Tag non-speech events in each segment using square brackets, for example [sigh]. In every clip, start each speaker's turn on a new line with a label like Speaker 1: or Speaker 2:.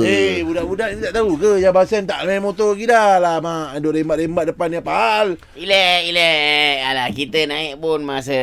Speaker 1: Eh,
Speaker 2: budak Eh, ni tak tahu ke yang Basen tak main motor gila lah mak. Duk rembat-rembat depan ni apa hal?
Speaker 1: Relax, relax. Alah, kita naik pun masa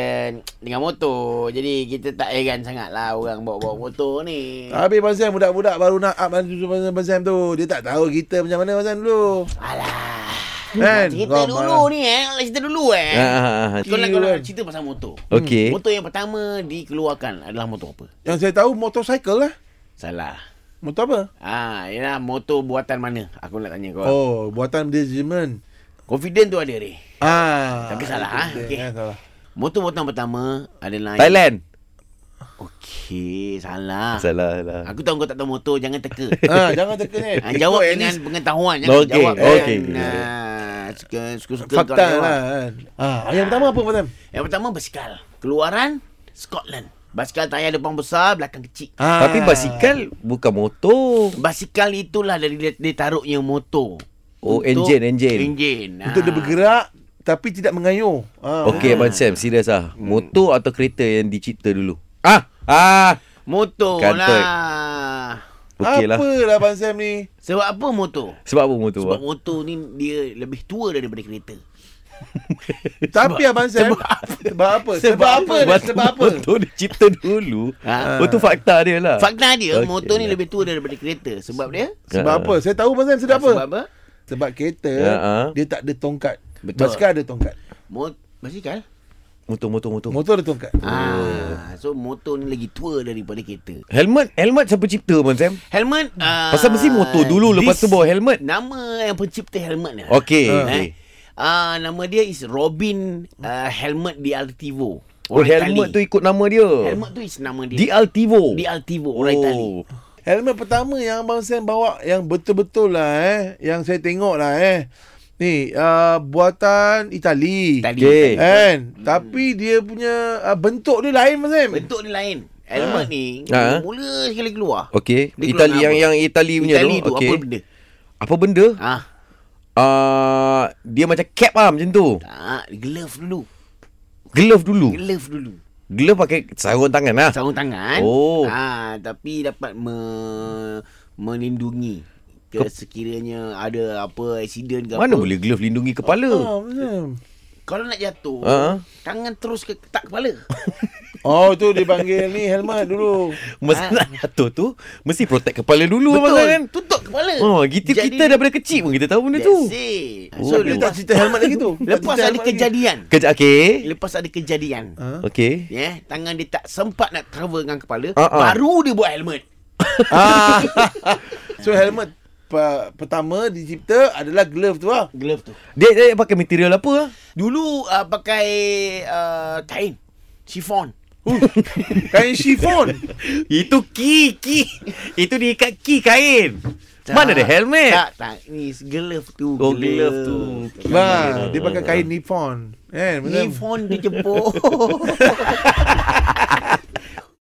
Speaker 1: dengan motor. Jadi kita tak heran sangat lah orang bawa-bawa motor ni.
Speaker 3: Ah.
Speaker 2: Habis Basen budak-budak baru nak up nanti tu Basen tu. Dia tak tahu kita macam mana Basen dulu.
Speaker 1: Alah.
Speaker 2: Kan?
Speaker 1: Cerita
Speaker 2: Kau
Speaker 1: dulu ni eh. Nak cerita dulu eh.
Speaker 3: lah. Ah, ah, ah, Eh? ah.
Speaker 1: Kau nak, kau nak cerita pasal motor.
Speaker 3: Okey.
Speaker 1: Motor yang pertama dikeluarkan adalah motor apa?
Speaker 2: Yang saya tahu motorcycle lah.
Speaker 1: Salah.
Speaker 2: Motor apa?
Speaker 1: Ah, ialah motor buatan mana? Aku nak tanya kau. Oh.
Speaker 2: Oh, buatan dia Jerman.
Speaker 1: Confident tu ada ni.
Speaker 2: Ah.
Speaker 1: Tapi salah,
Speaker 2: itu
Speaker 1: ah.
Speaker 2: dia,
Speaker 1: Okey.
Speaker 2: eh,
Speaker 1: [laughs]
Speaker 2: salah.
Speaker 1: Motor buatan pertama adalah
Speaker 3: Thailand.
Speaker 1: Okey, salah.
Speaker 3: Salah lah.
Speaker 1: Aku tahu kau tak tahu motor, jangan teka.
Speaker 2: Ah, jangan teka ni.
Speaker 1: Ha, jawab
Speaker 2: Ikut at
Speaker 1: dengan
Speaker 2: least
Speaker 1: pengetahuan jangan
Speaker 3: Okey,
Speaker 1: jawab
Speaker 3: okey.
Speaker 1: dengan ah, suka suka-suka kau
Speaker 2: fakta
Speaker 1: nak jawab.
Speaker 2: lah kan. Ah, yang pertama apa Basen?
Speaker 1: Yang pertama basikal. Keluaran Scotland. Basikal tayar depan besar, belakang kecil.
Speaker 2: Ah.
Speaker 3: Tapi basikal bukan motor.
Speaker 1: Basikal itulah dari dia, dia taruhnya motor.
Speaker 3: Oh,
Speaker 1: Untuk-
Speaker 3: enjin, enjin.
Speaker 1: Enjin. Ah,
Speaker 2: Untuk dia bergerak tapi tidak mengayuh. Ah.
Speaker 3: Okey Abang Sam, serius ah.
Speaker 1: Hmm.
Speaker 3: Motor atau kereta yang dicipta dulu? Ah, ah.
Speaker 1: Motor
Speaker 3: Kantor.
Speaker 1: lah.
Speaker 3: Okey lah.
Speaker 2: Apalah Abang Sam ni?
Speaker 1: Sebab apa motor?
Speaker 3: Sebab apa motor?
Speaker 1: Sebab
Speaker 3: Sebab
Speaker 1: motor ni dia lebih tua daripada kereta.
Speaker 2: Tapi Abang Sam sebab, apa? Sebab, apa? Sebab, sebab apa?
Speaker 3: [laughs] Motor dicipta dulu.
Speaker 1: Ah.
Speaker 3: Ah. Itu fakta dia lah.
Speaker 1: Fakta dia,
Speaker 3: Okey
Speaker 1: motor ni
Speaker 3: lah.
Speaker 1: lebih tua daripada kereta. Sebab dia?
Speaker 2: Sebab
Speaker 3: Ah.
Speaker 2: apa? Saya tahu Abang Sam sebab apa?
Speaker 1: Sebab apa?
Speaker 2: Sebab kereta
Speaker 3: Ya, ah.
Speaker 2: dia tak ada tongkat.
Speaker 1: Betul.
Speaker 2: Basikal ada tongkat.
Speaker 1: Mot- basikal?
Speaker 3: Motor, motor, motor.
Speaker 2: Motor ada tongkat.
Speaker 1: Ah, so motor ni lagi tua daripada kereta.
Speaker 3: Helmet, helmet siapa cipta Abang Sam?
Speaker 1: Helmet uh,
Speaker 3: Pasal mesti motor dulu, lepas tu bawa helmet.
Speaker 1: Nama yang pencipta helmet ni.
Speaker 3: Okey.
Speaker 1: Ah,
Speaker 3: okey.
Speaker 1: eh. Ah, nama dia is Robin uh, Helmet Di Altivo.
Speaker 3: Oh, helmet tu
Speaker 1: Itali.
Speaker 3: ikut nama dia.
Speaker 1: Helmet tu is nama dia.
Speaker 3: Di Altivo.
Speaker 1: Di Altivo, orang oh. Itali.
Speaker 2: Helmet pertama yang Abang Sam bawa yang betul-betul lah eh. Yang saya tengok lah eh. Ni, uh, buatan Itali.
Speaker 1: Itali.
Speaker 3: Okey.
Speaker 2: Kan? Tapi dia punya uh, bentuk dia lain Abang Sam.
Speaker 1: Bentuk ni lain. Helmet ni
Speaker 3: Ah.
Speaker 1: mula sekali keluar.
Speaker 3: Okey,
Speaker 1: Dia keluar
Speaker 3: Itali
Speaker 1: dengan
Speaker 3: yang
Speaker 1: apa?
Speaker 3: yang Itali punya
Speaker 1: Itali tu
Speaker 3: tu. Okey.
Speaker 1: apa benda?
Speaker 3: Apa benda?
Speaker 1: Ah,
Speaker 3: Ah, dia macam cap lah macam tu.
Speaker 1: tak, glove dulu.
Speaker 3: Glove dulu.
Speaker 1: Glove dulu.
Speaker 3: Glove pakai sarung tangan lah.
Speaker 1: sarung tangan.
Speaker 3: Oh.
Speaker 1: Ha, tapi dapat me, melindungi ke sekiranya ada apa accident ke
Speaker 3: Mana
Speaker 1: apa.
Speaker 3: boleh glove lindungi kepala?
Speaker 1: Oh.
Speaker 2: Ah, Abang Sam.
Speaker 1: Kalau nak jatuh,
Speaker 3: Ha?
Speaker 1: tangan terus ke ketak kepala.
Speaker 3: [laughs]
Speaker 2: Oh tu dipanggil ni helmet dulu.
Speaker 3: Masa
Speaker 1: Ah.
Speaker 3: nak jatuh tu mesti protect kepala dulu Abang Sam, kan.
Speaker 1: Tutup kepala.
Speaker 3: Oh, kita
Speaker 1: Jadi-
Speaker 3: kita daripada kecil pun kita tahu benda tu.
Speaker 1: That's it.
Speaker 3: Oh.
Speaker 1: So,
Speaker 2: Dia tak
Speaker 3: Dia
Speaker 1: lepas,
Speaker 2: cerita helmet lagi tu.
Speaker 1: lepas
Speaker 2: Tak cerita
Speaker 1: ada
Speaker 2: helmet lagi.
Speaker 1: kejadian.
Speaker 3: Kerja okey.
Speaker 1: Lepas ada kejadian.
Speaker 2: Ha?
Speaker 3: Okey.
Speaker 1: Ya, yeah, tangan dia tak sempat nak cover dengan kepala,
Speaker 3: Ha, ha.
Speaker 1: baru dia buat helmet.
Speaker 2: Ah. so helmet pe- pertama dicipta adalah glove tu lah.
Speaker 1: Glove tu.
Speaker 3: Dia, dia pakai material
Speaker 1: [laughs]
Speaker 3: apa? ah?
Speaker 1: Dulu uh, pakai uh, kain, chiffon.
Speaker 2: Huh. Kain chiffon.
Speaker 3: Itu ki ki. Itu diikat ki kain. Mana ada helmet?
Speaker 1: Tak, tak. Ni glove tu.
Speaker 3: Oh, glove tu.
Speaker 1: Ya,
Speaker 2: Bah, dia pakai kain nippon. Kan?
Speaker 1: Ni [laughs]
Speaker 2: Nippon.
Speaker 1: phone dijemput.